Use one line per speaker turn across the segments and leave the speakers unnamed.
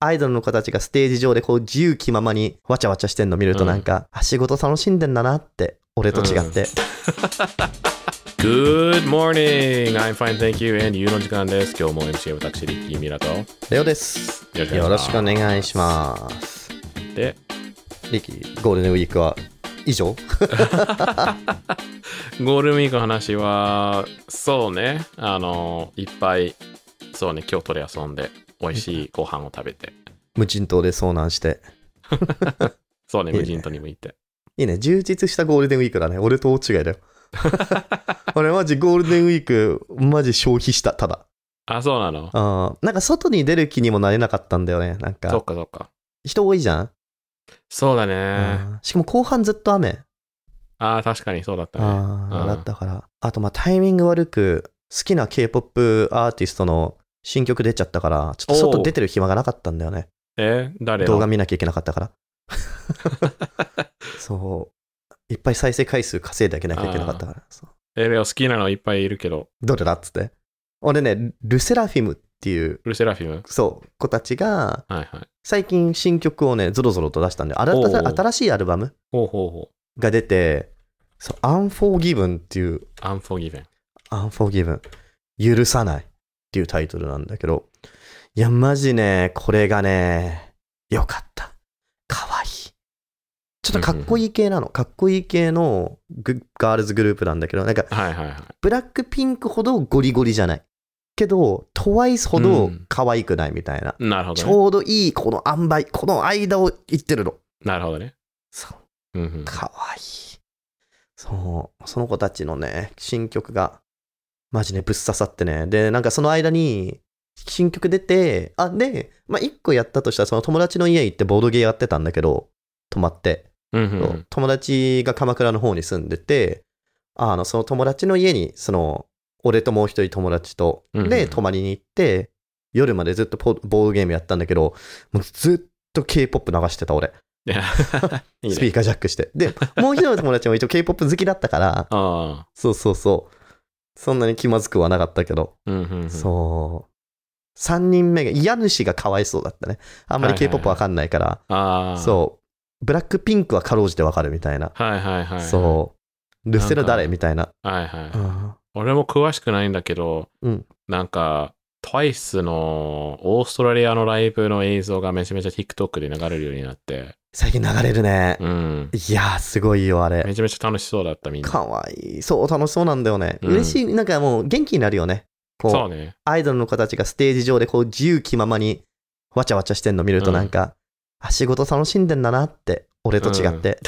アイドルの子たちがステージ上でこう自由気ままにわちゃわちゃしてんの見るとなんか、あ仕事楽しんでんだなって俺と違って、
Good morning! I'm fine, thank you. And you の時間です。今日も MC 私、リッキー・ミラと。よ
レオです
ろしくお
よ
願
ろ
いし
し
ます。
くお願いします
で、
リキゴールデンウィークは以上
ゴールデンウィークの話は、そうね、あの、いっぱい、そうね、京都で遊んで、美味しいご飯を食べて、
無人島で遭難して
そうね、
いいね
無人島にも行って。
いいね充実したゴールデンウィークだね俺と大違いだよ俺マジゴールデンウィークマジ消費したただ
あ、そうなの。
あーなんか外に出る気にもなれなかったんだよねなん
そっ
か
かそっか。
人多いじゃん、
そうだね。
うんしかも後半ずっと雨
ああ、確かにそうだったね。
ああ、
うん
だったから。あと、まあ、タイミング悪く、好きな K-POP アーティストの新曲出ちゃったから、ちょっと
お
外
う
出てる暇がなかったんだよね。
え誰
動画
の
見なきゃいけなかったから。 そう。いっぱい再生回数稼いであげなきゃいけなかったから。そう
えレオ好きなのいっぱいいるけど、
どれだっつって。俺ね、ルセラフィムっていう、
ルセラフィム
そう、子たちが、
はいはい。
最近新曲をね、ゾロゾロと出したんで、あら
おう
新しいアルバム
ほうほうほう。
が出て、そう、アンフォーギブンっていう
アンフォギベン。
Unforgiven 許さないっていうタイトルなんだけど、いや、マジね、これがね、よかった。かわいい。ちょっとかっこいい系なの。かっこいい系のグガールズグループなんだけど、なんか、
はいはいはい。
ブラックピンクほどゴリゴリじゃない。けど、トワイスほ
う
ど
ん
可愛くないみたいな。
なるほ
ち
どね。
ょうどいい、この塩梅この間を言ってるの。
なるほどね。
そう
うんうん。
かわいい。そう、その子たちのね、新曲が、マジね、ぶっ刺さってね。で、なんかその間に、新曲出て、あ、で、まあ、一個やったとしたら、その友達の家行ってボードゲーやってたんだけど、泊まって、
うんうんう。
そうん友達が鎌倉の方に住んでて、あの、その友達の家に、その、俺ともう一人友達と、
うんうん
で、泊まりに行って、夜までずっとポボードゲームやったんだけど、もうずっと K-POP 流してた、俺。
いやいいね
スピーカージャックして。で、もう一人の友達も一応 K-POP 好きだったから、
あ
そうそうそう。そんなに気まずくはなかったけど、
あ。うんうんうん。
そう。3人目が、家主がかわいそうだったね。あんまり
はいはいはい
K-POP わかんないから、
ああ。
そう。ブラックピンクはかろうじてわかるみたいな。
う。はいはいはい。
そう。ルセル誰
なんか
みたいな。
う。はいはい。
うん
俺も詳しくないんだけど、
うん
なんか、TWICE のオーストラリアのライブの映像がめちゃめちゃ TikTok で流れるようになって、
最近流れるね。
うん。
いやー、すごいよ、あれ。
めちゃめちゃ楽しそうだったみんな。
かわいい。そう、楽しそうなんだよね。
うん
嬉しい。なんかもう元気になるよね。こう
そうね。
アイドルの子たちがステージ上でこう自由気ままにわちゃわちゃしてんの見るとなんか、あ仕事楽しんでんだなって俺と違って、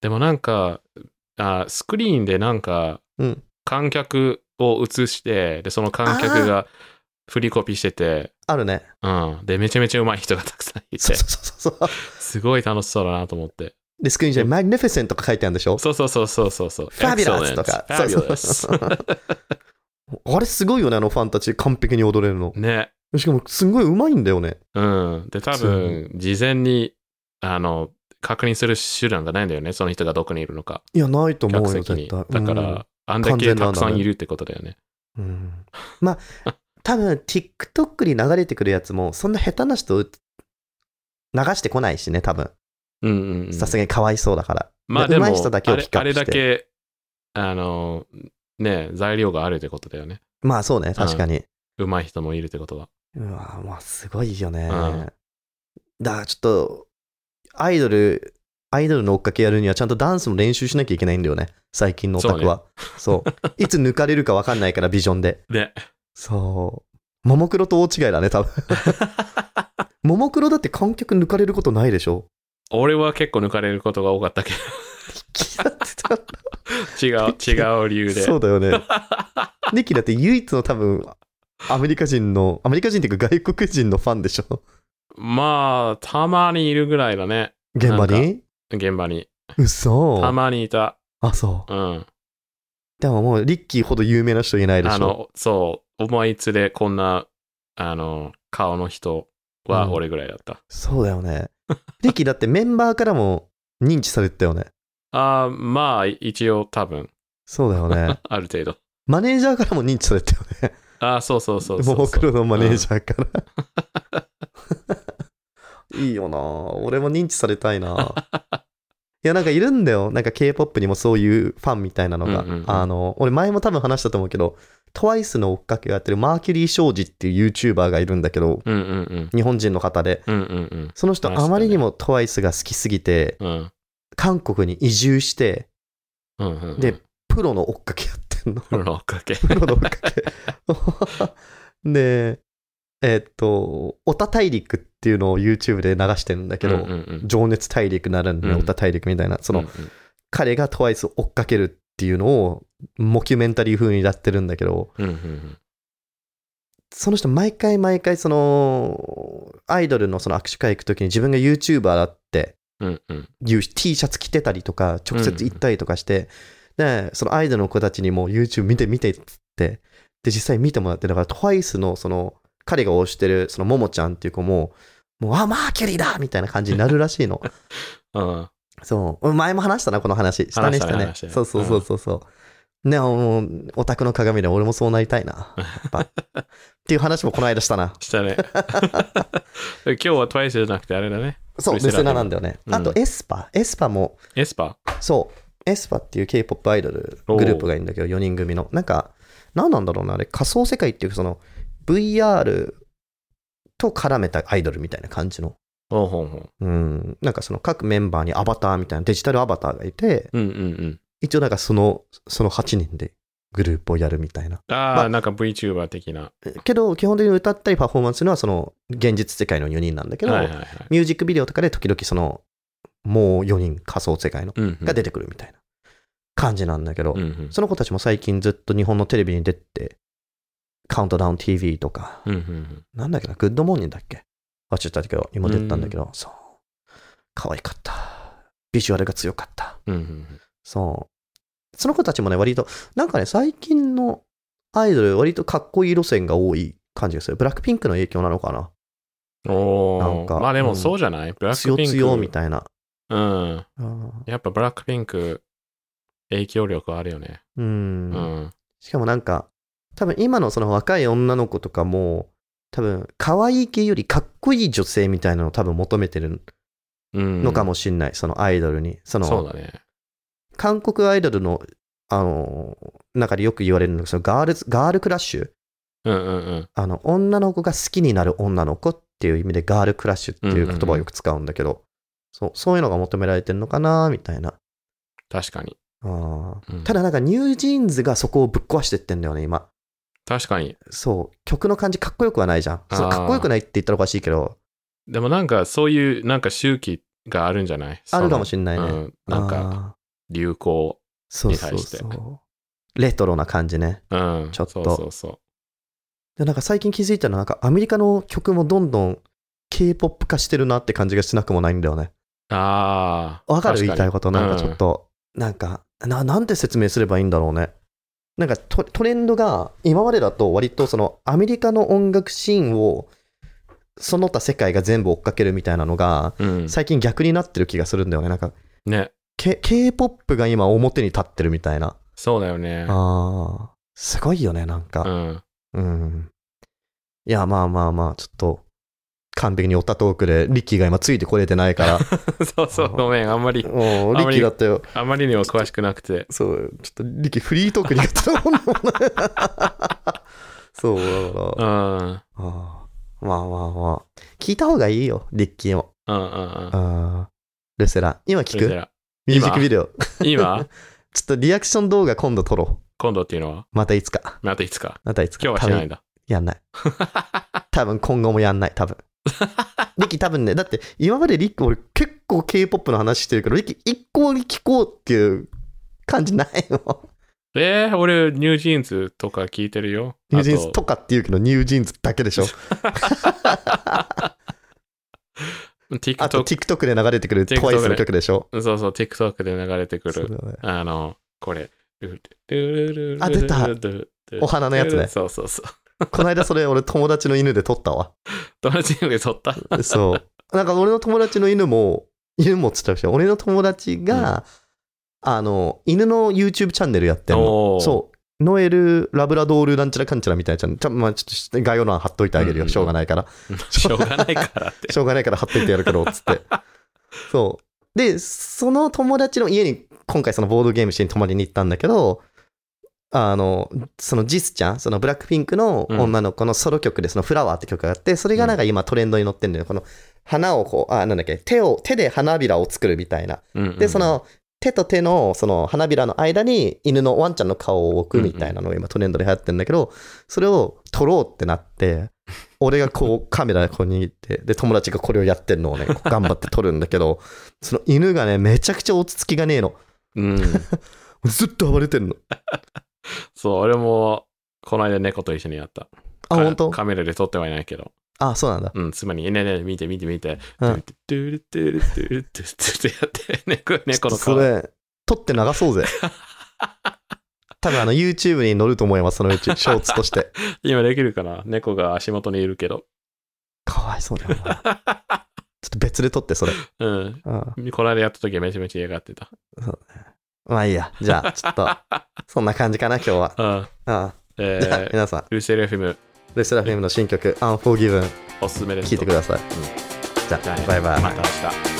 でもなんかあ、スクリーンでなんか
うん、
観客を映して、で、その観客が振りコピーしてて、
あるね
うん。で、めちゃめちゃ上手い人がたくさん い
そ
て
う、そうそうそう
すごい楽しそうだなと思って。
でスクリーン上に「マグニフィセント」とか書いてあるんでしょ
そうそうそうそうそうそう。
ファビュラスとか
Excellent. ファビュラ
そう
ス。
あれすごいよねあのファンたち完璧に踊れるの
ね。
しかもすんごい上手いんだよね
うん。で、多分、事前に、あの、確認する手段がないんだよね。その人がどこにいるのか。
いやないと思
客
うよ
席
絶
に。
対
だから、あんだ
完
け
全な
た
んだね
くさんいるってことだよね。
うん、うんま あ多分 TikTok に流れてくるやつもそんな下手な人流してこないしね多分
うんうんうん。
さすがにかわいそうだから。
まあでも、
上手い人だけを
あ
ピ
れ
ックア
あ
ップ
れ
して。
だけ、あの、ね、材料があるってことだよね。
まあそうね、確かに。
上手い人もいるってことは。
うわまあすごいよね。
うん
だからちょっと、アイドル、アイドルの追っかけやるにはちゃんとダンスも練習しなきゃいけないんだよね。最近のオタクは。そう,、 いつ抜かれるか分かんないから、ビジョンで。
で、
そう。ももクロと大違いだね、多分。 ももクロだって観客抜かれることないでしょ
俺は結構抜かれることが多かったけど、違 う、違う理由で。
そうだよ ね。リキだって唯一の多分、アメリカ人の、アメリカ人っていうか外国人のファンでしょ
まあ、たまにいるぐらいだね。
現場に
現場に。
嘘
たまにいた。
あ、そう。
うん。
でももうリッキーほど有名な人いないでしょ
あの、そう、思いつでこんな、あの、顔の人
う
は
ん
俺ぐらいだった。
そうだよね。リッキーだってメンバーからも認知されてたよね。
ああ、まあ、一応多分、
そうだよね
。ある程度。
マネージャーからも認知されてたよね。
ああ、そうそうそうそうそう。
ももクロのマネージャーから。 いいよな俺も認知されたいないや、なんかいるんだよ。なんか K-POP にもそういうファンみたいなのが。
うんうんうん
あの、俺前も多分話したと思うけど、TWICE の追っかけをやってるマーキュリー庄司っていう YouTuber がいるんだけど、
うん。うんうんうん。
日本人の方で。
うんうん
その人
話してた
あ
ね
まりにも TWICE が好きすぎて、
うん。うん
韓国に移住して、
うんうんうん。
で、プロの追っかけやってんの。
プロをかけ。
プロの追っかけ。 で、えーっと、オタ大陸っていうのを YouTube で流してるんだけど、
うんうんうん
情熱大陸ならぬ
うん
オタ大陸みたいな、その、
うんうん
彼が TWICE を追っかけるっていうのを、モキュメンタリー風にやってるんだけど、
うんうん
その人毎回毎回その、アイドルのその握手会行くときに自分が YouTuber だって
うんうんうん
いう T シャツ着てたりとか、直接行ったりとかして、で、そのアイドルの子たちにも YouTube 見て見てっつって、で、実際見てもらって、だから TWICE のその、彼が推してる、その、ももちゃんっていう子も、もう、あ、マーキュリーだみたいな感じになるらしい の。
うん
そう。前も話したな、この話。したね、
話
し
した
た
ね
ね。
話したね
そうそうそうそうそう。ね、もう、オタクの鏡で俺もそうなりたいな。やっ ぱっていう話もこの間したな。
し たね。今日は TWICE じゃなくてあれだね。
そう、ル
ルセラ
セラなんだよね。
うん
あと、エスパ。エスパも、
エスパ
そう、エスパっていう K-POP アイドルグループがいるんだけど、4人組の。なんか、何なんだろうな、あれ、仮想世界っていうか、その、VR と絡めたアイドルみたいな感じの。
ほうほうほう。
うん、なんかその各メンバーにアバターみたいなデジタルアバターがいて、
うんうん
一応なんかその、その8人でグループをやるみたいな。
うん。あ
まあ
あ、なんか VTuber 的な。
けど、基本的に歌ったりパフォーマンスするのはその現実世界の4人なんだけど、
はいはいはい。
ミュージックビデオとかで時々その、もう4人仮想世界の
うんうん
が出てくるみたいな感じなんだけど、
うんうん
その子たちも最近ずっと日本のテレビに出て、カウントダウン TV とか、
うんうん
なんだっけな、グッドモーニングだっけ忘れたけど、今出てたんだけど、そう。可愛かった。ビジュアルが強かった。
うんうんうん
そう。その子たちもね、割と、なんかね、最近のアイドル、割とかっこいい路線が多い感じがする。ブラックピンクの影響なのかなな
お
ん
ー
か
まあでもそうじゃないブラック
強
ピンク。
強みたいな。
うん。
うん
やっぱブラックピンク、影響力あるよね。
う。
うんん。
しかもなんか、多分今のその若い女の子とかも、多分可愛い系よりかっこいい女性みたいなのを多分求めてる
うん。
のかもしんない、そのアイドルに。その
そうだね。
韓国アイドルの、あのー中でよく言われるのが、そのガールズ、ガールクラッシュ。
うんうんうん。
あの、女の子が好きになる女の子っていう意味でガールクラッシュっていう言葉をよく使うんだけど、そうそういうのが求められてるのかなみたいな。
確かに。
あー
うん
ただなんかニュージーンズがそこをぶっ壊してってんだよね、今。
確かに。
そう、曲の感じかっこよくはないじゃん。その
あー
かっこよくないって言ったらおかしいけど、
でもなんかそういうなんか周期があるんじゃない
あるかもしんないね。
うん。なんか
あー、
流行。
そう
に
そ
対
う
して
そう。レトロな感じね。
うん。
ちょっと
そうそうそ
でなんか最近気づいたのは、なんかアメリカの曲もどんどん K-POP 化してるなって感じがしなくもないんだよね。
う。ああ。
わかる
確
言
に
いたいこと。なんかちょっ。と、なんかな、なんて説明すればいいんだろうね。なんかトトレンドが、今までだと割とそのアメリカの音楽シーンを、その他世界が全部追っかけるみたいなのが、
うんうん。
最近逆になってる気がするんだよね。なんか、
ね。
K- K-POP が今表に立ってるみたいな。
そうだよね。
ああ、すごいよね、なん
う
か。
ん。
うん。いや、まあまあまあ、ちょっと、完璧にオタトークで、リッキーが今ついてこれてない から。
そうそう、ごめん。あんまり、
もう、リッキーだったよ。
あまりにも詳しくなくて。
そう、ちょっと、リッキーフリートークにやったもん ね。そう、だから
う、ん。うん
あーまあまあまあ。聞いた方がいいよ、リッキーも。
うんうん。
あールセラ、今聞
じ
く
ゃあ
ミュージックビデオ。ちょ
今
っとリアクション動画今度撮ろ
今度っていうのは
う。またいつか。
またいつか。
またいつか。
今日はしないんだ。
やんない。 多分今後もやんない、多 分。リッキー多分ね、だって今までリッキー、俺結構 K-POP の話してるけど、リッキー一向に聞こうっていう感じない の。
えー、俺、ニュージーンズとか聞いてるよ。
ニュージーンズ
あ
とかって言うけど、ニュージーンズだけ でしょ。あと
TikTok。
TikTok で流れてくる
TikTok で
TWICE の曲でしょ。
そうそう、TikTok で流れてく
そ
る。
うだね
あの、これ。
あ出たお花のやつね
そうそうそう。
この間それ俺友達の犬で撮った わ。
友達ので撮った。
そう。なんか俺の友達の犬も、犬もっつったらしい俺の友達が、あの、犬の YouTube チャンネルやってんの。
おー
そう。ノエル、ラブラドール、なんちゃらかんちゃらみたいなちゃん、ちょまあ、ちょっと概要欄貼っといてあげる
うんう
よ。
ん
しょうがない から。
しょうがないからって。
しょうがないから貼っといてやるから、つ って。そう。で、その友達の家に、今回そのボードゲームしに泊まりに行ったんだけど、あの、そのジスちゃん、そのブラックピンクの女の子のソロ曲で、そのフラワーって曲があって、それがなんか今トレンドに乗ってんだよ。この花をこう、あ、なんだっけ、手を、手で花びらを作るみたいな。
うんうん
で、そ、の、手と手の、その花びらの間に犬のワンちゃんの顔を置くみたいなのが今トレンドで流行ってるんだけど、それを撮ろうってなって、俺がこ うカメラこう握って、で、友達がこれをやってるのをね、こう頑張って撮るんだけど、その犬がね、めちゃくちゃ落ち着きがねえの。
うん、
ずっと暴れてんの。
そう、俺も、この間猫と一緒にやった。
あ、
か
本当
カメラで撮ってはいないけど。
あ、そうなんだ。
うん、妻に、ねえねえ、見て見て見て。
う
ド
ん
ゥルドゥルドゥルドゥルドゥルドゥルってやって、猫 猫の
ちょっとそ
顔。
れ、撮って流そう ぜ。多分あの YouTube に載ると思います、そのうち、ショーツとして。
今できるかな猫が足元にいるけど。
かわいそうだよな。ちょっと別で撮って、それ。
うん。
うん
この間やった時はめちゃめちゃ嫌がってた。
まあいいや。じゃあ、ちょっ と、そんな感じかな、今日は。
うん。
ああ
え
じゃあ、
ー、
皆さん、
ルセル FM
レスラフィムの新曲、Unforgiven、
おすすめです。
聴いてください。
ん
じゃ
じゃあ
あ
ね、
バイバイ。
また明日。